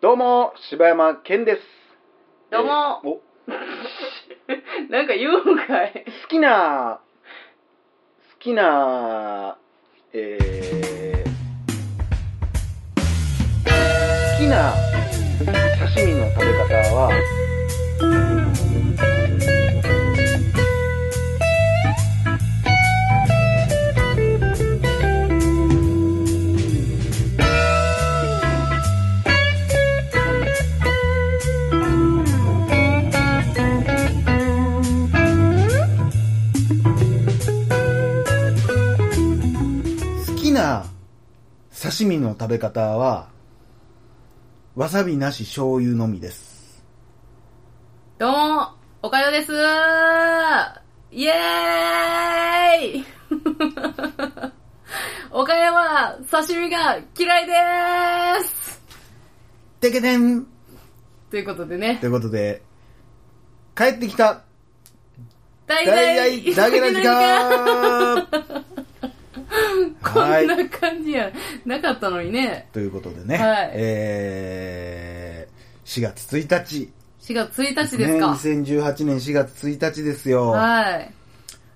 どうも、柴山健です。どうもえーお好 なんか言うんかい。きな、好きな、えー、好きな刺身の食べ方は、好きな刺身の食べ方は、わさびなし醤油のみです。どうも、おかよですイエ ーイおかよは刺身が嫌いでーすてけてんということでねと、いうことで、帰ってきた大大々だけの時間 こはんい。な感じや、なかったのにね、ということでね、はいえー、4月1日。 4月1日ですか。ね、2018年4月1日ですよ。はい。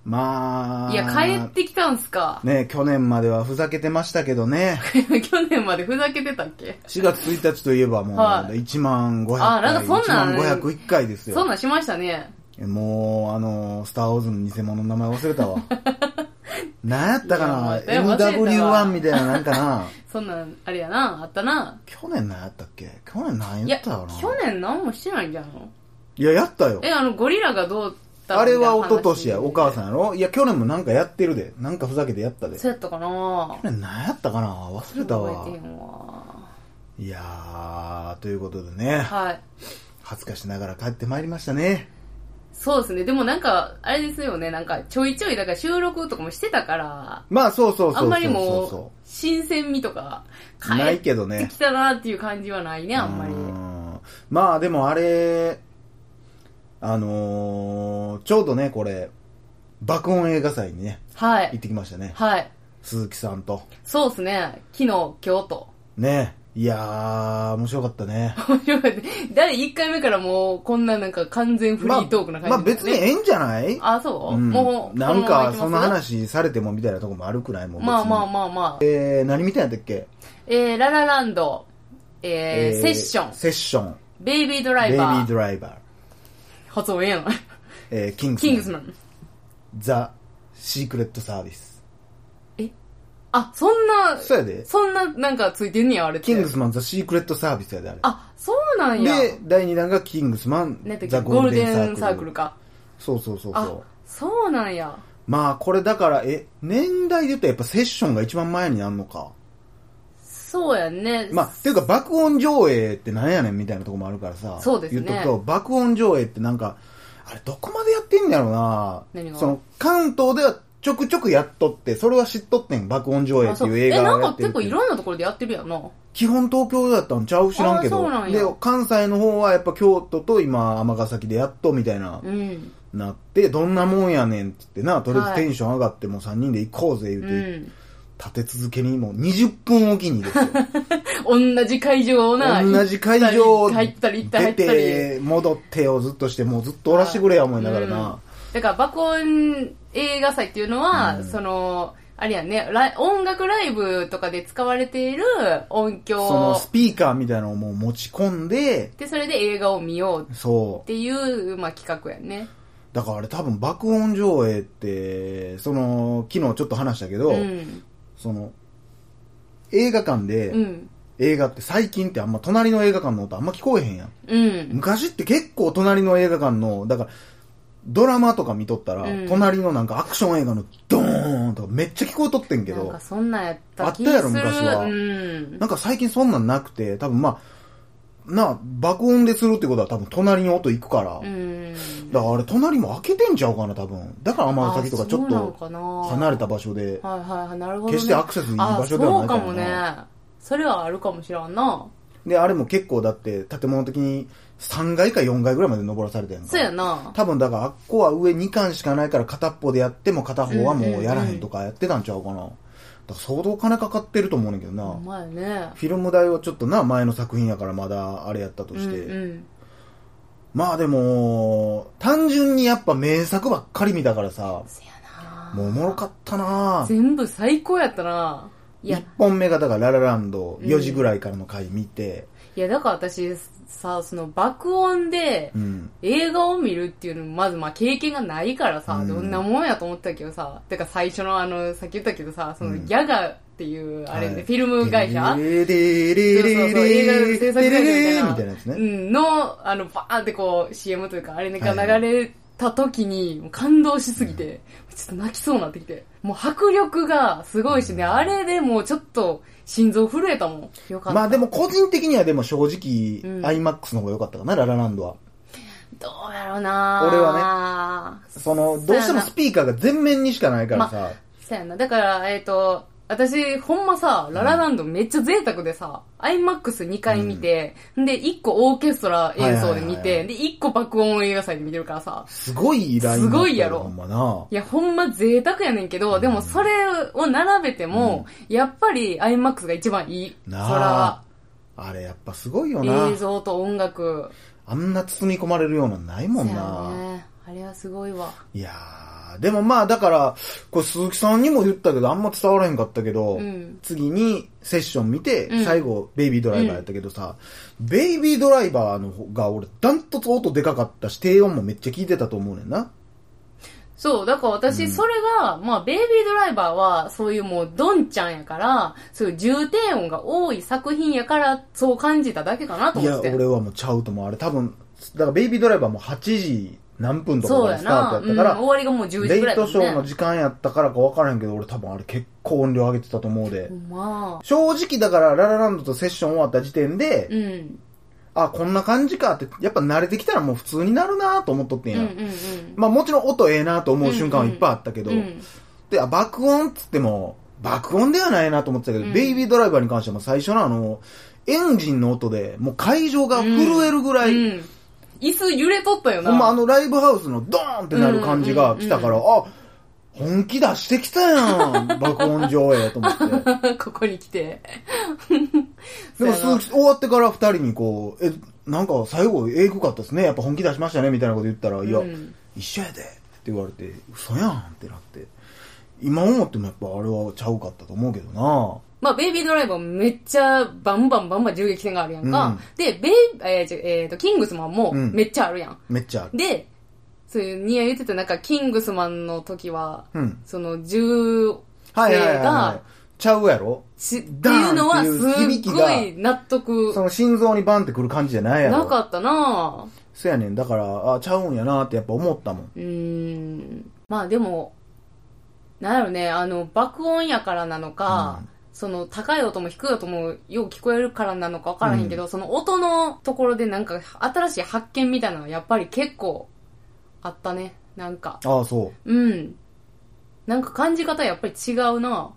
まあ、いや、帰ってきたんすか。 ね、去年まではふざけてましたけどね、去年までふざけてたっけ4月1日といえばもう、はい1万500回、あなんかそんなん1万501回ですよ。そんなんしましたね。もう、あの、スター・ウォーズの偽物の名前忘れた わ。何やったかないや忘れたわ ?MW1 みたいななんかなそんなん、あれやな、あったな。去年何やったっけ去年何いやや、った去かな年何もしてないんじゃんのいや、やったよ。え、あの、ゴリラがどうだあれは一昨年や、お母ん。さんやろいや、去年もなんかやってるで。なんかふざけてやったで。去そうやったかなぁ。年何やったかな忘れたわ覚え。てへんわいやー、ということでね、はい。恥ずかしながら帰ってまいりましたね。そうですね。でもなんか、あれですよね。なんか、ちょいちょい、だから収録とかもしてたから、まあ、そうそうそうそうそう。あんまりもう、新鮮味とか、ない帰けどってねき。たなっていう感じはないね、あんまりう。んまあ、でもあれ、あのー、ちょうどね、これ、爆音映画祭にね、は行っい。てきましたね。はい。鈴木さんと。そうですね。昨日、今日と。 ね。いやー、面白かったね。面白かった。第1回目からもう、こんななんか完全フリートークなまあ、まあ感じだった別にええんじゃないあ、そう、うんもう、なんかそのんまなま行きます話されてもみたいなとこもあるくないもんまあまあまあまあ。えー、何みたいなんだっけえー、ララランド、えーセッション、セッションベイビードラベイイビバーー、ドライバー、発音ええやん。 えー、キングスキマンングスマン。ザ・シークレット・サービスあ、そんな、そうやでそんななんかついてんねや、あれって。キングスマン・ザ・シークレット・サービスやであれあ、そうなんや。で第2弾がキングスマン、ね、ザ・ゴゴーールルデデンンササーーククルルか。そうそうそうあそう、そうなんや。まあこれだからえ年代で言ったらやっぱセッションが一番前になるのかそうやんね。まあ、ていうか爆音上映ってなんやねんみたいなとこもあるからさ。そうですね言っとくと、爆音上映ってなんか、あれどこまでやってんやろな何がその、関東ではちょくちょくやっとって、それは知っとってん、爆音上映あってそいうう映え、画なんをやかってるっ結て構いいうろんなところでやってるやんな。基本東京だったんちゃう知らんけあどそうなんでや、関西の方はやっぱ京都と今、尼崎でやっとみたいな、うん。なって、どんなもんやねんって言ってな、とりあえずテンション上がってもう3人で行こうぜ言ううて、ん。立て続けにもう20分おきにですよ。同じ会場をな、同じ会場入ったり、入ったり、入出ったり。て、戻ってをずっとして、もうずっとおらしてくれや思いながらうんな。だから爆音映画祭っていうのは、そのあれやねライ音楽ライブとかで使われている音その響スピーカーみたいなのをもう持ち込んで、でそれで映画を見ようっそう。ていう、まあ、企画やねだからあれ多分爆音上映って、その、昨日ちょっと話したけど、うんその、映画館うで、ん映画って最近ってあんま隣の映画館の音あんま聞こえへんやん。うん昔って結構隣の映画館の、だから、ドラマとか見とったら、うん隣のなんかアクション映画のドーンとかめっちゃ聞こえとってんけなんどか、そんなんやったあった気がやすろる昔はうんなんか最近そんなんなくて、多分まあ、なあ、爆音でするってことは多分隣に音行くから。うんだからあれ隣も開けてんちゃうかな、多分。だから天崎とかちょっと離れれた場所で、はいはいはいなるほど、ね、決してアクセスいい場所ではないかあらそうかもねそれはあるかもしらんなで、あれも結構だって建物的に3階か4階ぐらいまで登らされてんのそうやな多分だからあっこは上2巻しかないから片っぽでやっても片方はもうやらへんとかやってたんちゃうかな。だから相当金かかってると思うねんけどな。ほんまやね。フィルム代はちょっとな、前の作品やからまだあれやったとして。うんうんまあでも、単純にやっぱ名作ばっかり見たからさ、せやなもうおもろかったな全部最高やったな。いや1、本目がだからララランドうん4時ぐらいからの回見て、いや、だから私さ、その爆音でうん。映画を見るっていうのも、まずまあ経験がないからさ、うんどんなもんやと思ったけどさ、てか最初のあの、さっき言ったけどさ、そのうんギャガっていう、あれね、はいフィルム会社レレレレレそうそうそレう映画の制作会社みたいなみたいなやつうね。ん、の、あの、バーンってこう、CM というか、あれはいはがい流れた時に、もう感動しすぎて、ちょっと泣きそうになってきて。もう迫力がすごいしね、あれでもうちょっと心臓震えたもん。よかった。まあでも個人的にはでも正う直、んアイマックスの方が良かったかな、ララランドは。どうやろうな俺はね。その、どうしてもスピーカーが全面にしかないからさ、そうやな。だから、えっ、と、私、ほんまさ、ララランドめっちゃ贅沢でさ、IMAX2 回見て、で、1個オーケストラ演はい奏で見はいはいはて、で、1個爆音映画祭で見てるからさ、すごいラインナップすごいやろほんまな。いや、ほんま贅沢やねんけど、でもそれを並べても、やっぱり IMAX が一番いい。そなあら、あれやっぱすごいよな映。像と音楽。あんな包み込まれるようなんないもんな。そやね。あれはすごいわ。いやー、でもまあだから、これ鈴木さんにも言ったけど、あんま伝わらへんかったけど、うん次にセッション見て、うん最後、ベイビードライバーやったけどさ、ベイビードライバーの方が俺、ダントツ音でかかったし、低音もめっちゃ聞いてたと思うねんな。そう、だから私、それが、まあ、ベイビードライバーは、そういうもう、ドンちゃんやから、そういう重低音が多い作品やから、そう感じただけかなとい思や、って。俺はもうちゃうと思う。あれ多分、だからベイビードライバーも8時何分とかそうからやスターな。トやうっん、たから、終わりがもう10時レぐらイいだトっシたョもんーのね。時間やったからか分からへんけど、俺多分あれ結構音量上げてたと思うで。ほんまあ。正直だから、ララランドとセッション終わった時点で、うん。あ、こんな感じかって、やっぱ慣れてきたらもう普通になるなと思っとってんうんや。うんうん。まあもちろん音ええなと思う瞬間はいっぱいあったけど、うんで、あ、爆音っつっても、爆音ではないなと思ってたけど、うんベイビードライバーに関してはもう最初のあの、エンジンの音で、もう会場が震えるぐらい、うん。椅子揺れとったよな。ほんまあのライブハウスのドーンってなる感じが来たから、あ、本気出してきたやん爆音上映と思って。 ここに来て。でもそうや鈴な木、終わってから二人にこう、え、なんか最後、えぐかったですね。やっぱ本気出しましたね、みたいなこと言ったら、いや、うん一緒やでって言われて、嘘やんってなって。今思ってもやっぱあれはちゃうかったと思うけどな。まあ、ベイビードライバーめっちゃバンバンバンバン銃撃戦があるやんか。うんで、ベイ、えーじゃえーと、キングスマンもうんめっちゃあるやん。めっちゃある。で、そういう、ニア言ってたなんか、キングスマンの時は、うん。その銃はいはいはい、はが、い。ちゃうやろしってダーンいうのはってすいう響きっがごい納得その心臓にバンってくる感じじゃないやろ。なかったなぁ。そやねん。だから、あ、ちゃうんやなってやっぱ思ったもん。うーんまあでも、なんやろね、あの、爆音やからなのか、うんその、高い音も低い音もよう聞こえるからなのかわからへんけど、その音のところでなんか、新しい発見みたいなのはやっぱり結構あったね。なんか、ああ、そうん。なんか感じ方やっぱり違うな。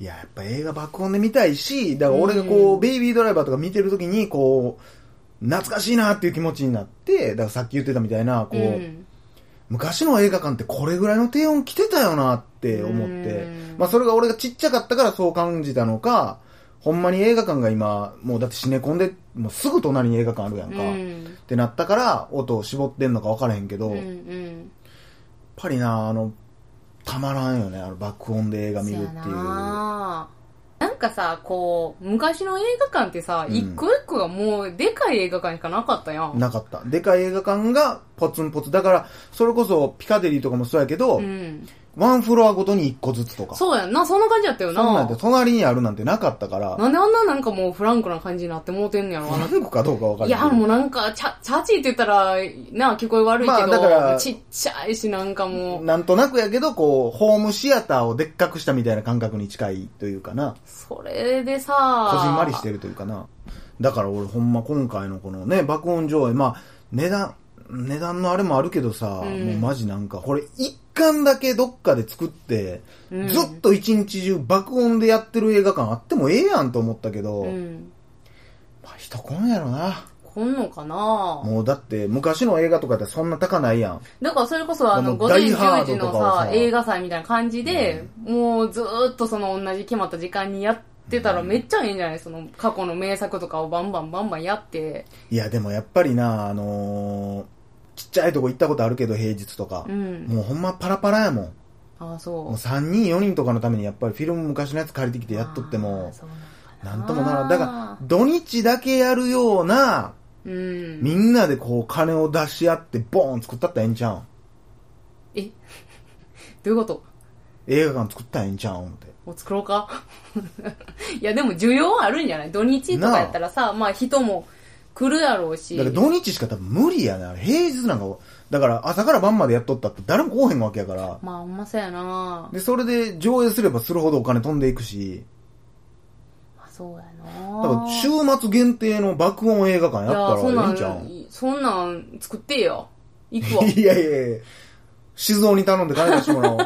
う。いや、やっぱ映画爆音で見たいし、だから俺がこう、うんベイビードライバーとか見てるときに、こう、懐かしいなっていう気持ちになって、だからさっき言ってたみたいな、こう、ん。昔の映画館ってこれぐらいの低音来てたよなって思ってうん、まあそれが俺がちっちゃかったからそう感じたのか、ほんまに映画館が今、もうだってシネコンで、もうすぐ隣に映画館あるやんうか、っん。てなったから音を絞ってんのか分からへんけど、うんうやっん。ぱりな、あの、たまらんよね、あの爆音で映画見るっていう。そやななんかさ、こう、昔の映画館ってさ、うん一個一個がもう、でかい映画館しかなかったやん。なかった。でかい映画館がポツンポツ。だから、それこそピカデリーとかもそうやけど、うん。ワンフロアごとに一個ずつとか。そうやんな、そんな感じやったよそんなんてな。隣にあるなんてなかったから、なんであんななんかもうフランクな感じになってもうてんのやろ、あの何個かどうか分からいんけどや、もうなんか、チャ、チャチーって言ったら、なあ、聞こえ悪いけど、まあだからちっちゃいし、なんかもう、なんとなくやけど、こう、ホームシアターをでっかくしたみたいな感覚に近いというかな。それでさ、ここじんまりしてるというかな。だから俺ほんま今回のこのね、爆音上映、まあ、値段、値段のあれもあるけどさ、うんもうマジなんか、これ一巻だけどっかで作って、うんずっと一日中爆音でやってる映画館あってもええやんと思ったけど、うん。まあ人来んやろな。こ来んのかなもうだって昔の映画とかってそんな高ないやん。だからそれこそあのも午う前大ハ10ード時のとかをささ映画祭みたいな感じで、もうずーっとその同じ決まった時間にやってたらめっちゃいいんじゃないその過去の名作とかをバンバンバンバンやっていや、でもやっぱりな、あのーちっちゃいとこ行ったことあるけど、平日とかう。んもうほんまパラパラやもん。ああもうそう3人、4人とかのためにやっぱりフィルム昔のやつ借りてきてやっとってあーも、そうななんんかともならん。だからら、土日だけやるような、うんみんなでこう金を出し合ってボーン作ったったらええんちゃうん。え どういうこと映画館作ったらええんちゃうん思って。もう作ろうか いやでも需要はあるんじゃない土日とかやったらさまあ人も来るやろうしだから土日しか多分無理やねあれ平日なんか、だから朝から晩までやっとったって誰も来おへんわけやから。まあほんまそうやなで、それで上映すればするほどお金飛んでいくし、まあそうやだなから週末限定の爆音映画館やいや、そっんたらないいんんちゃうんそんなん作ってよ。行くわ。いやいやいや静雄に頼んで金出してもら おう。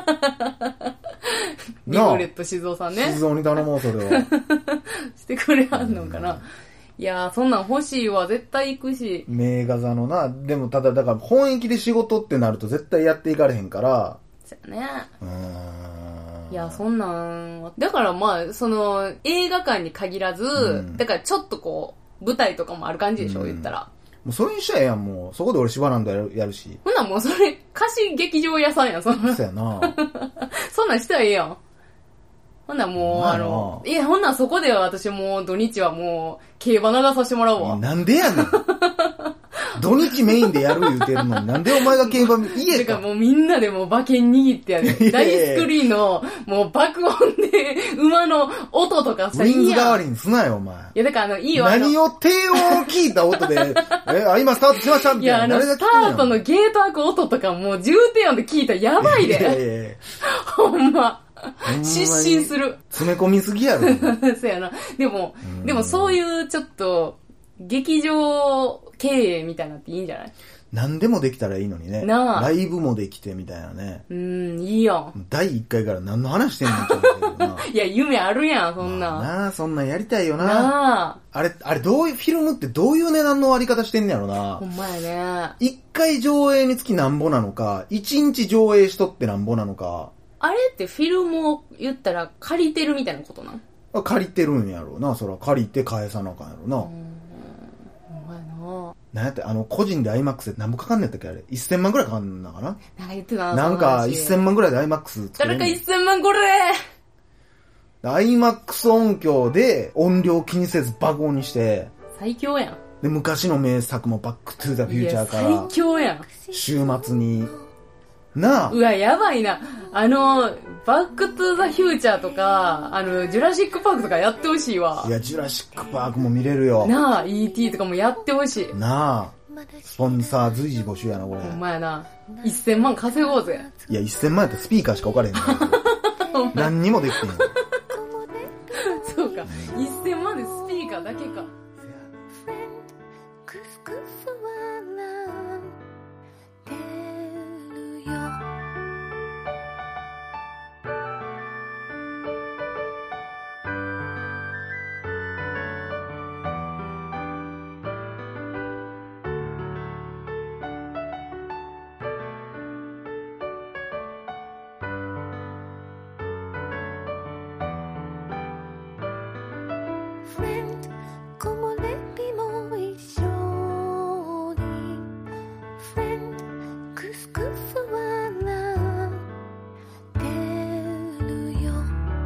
リなグあレ、ット静雄さんね。静雄に頼もう、それは。 してくれはんのかな。いや、そんなん欲しいわ。絶対行くし。名画座のな、でもただ、だから本域で仕事ってなると絶対やっていかれへんから、そうやね。うーん。いや、そんなん、だからまあ、その、映画館に限らず、うんだからちょっとこう、舞台とかもある感じでしうょ、ん言ったら。もうそれにしたらええやん、もう。そこで俺しばらんだやるやる し。ほんなんもうそれ、貸し劇場屋さんやん、 そんなんそやな。そんなんしたらええやん。ほんなんもう、まああなの、いや、ほんなんそこでは私もう土日はもう、競馬流させてもらうわ。なんでやねん。土日メインでやる言うてるのに、なんでお前が競馬見、家てかか。もうみんなでもう馬券握ってやる。いや大いやいやスクリーンの、もう爆音で、馬の音とかウさ、ィンズ代わいいやんいりにすなよ、お前。や、だからあの、いいわ。あの何を低音を聞いた音で、 え、あ、今スタートしましたみいたや、あいな。の、誰がス聞タくんやートのゲート開く音とかもう重低音で聞いたらやばいいやで。いやいやほんま。ほんまに失神する。 詰め込みすぎやろ。そうやな。でも、でもそういうちょっと、劇場経営みたいなっていいんじゃない何でもできたらいいのにね。なあライブもできてみたいなね。うん、いいやん。第1回から何の話してんのって思ってるけどな。いや、夢あるやん、 そんなん。なあ、そんなんやりたいよな。なあ。あれ、あれ、どういう、フィルムってどういう値段の割り方してんねやろなほ。んまやね。一回上映につきなんぼなのか、一日上映しとってなんぼなのか、あれってフィルムを言ったら借りてるみたいなことなん借りてるんやろうな。そら借りて返さなあかんやろうな。ほんまやな。なんやって、あの、個人で IMAX で何ぼかかんねやったっけあれ。1000万くらいかかんのかななんか言ってたな。なんか、その話1000万くらいで IMAX 作れ誰んかねん1000万これ IMAX 音響で音量気にせず爆音にして、最強やで、昔の名作もバックトゥーザん。フューチャーかいやら最、強やん。週末に、なあう、わ、やばいな。あの、バックトゥザフューチャーとか、あの、ジュラシックパークとかやってほしいわい。や、ジュラシックパークも見れるよ。なあ、ET とかもやってほしい。なあ、スポンサー随時募集やな、これ。ほんまやな。1000万稼ごうぜ。いや、1000万やったらスピーカーしか置かれへんねん。何にもできてへん。そうか。1000万でスピーカーだけか。クスクス笑ってるよ「フレンド木漏れ日も一緒に」「フレンドクスクス笑ってるよ」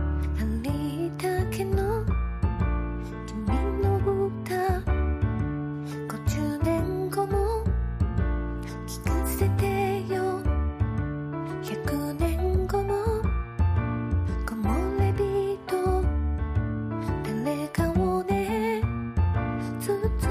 「ありだけの君の歌」「50年後も聞かせてよ」「100年後も木漏れ日と」誰かをね包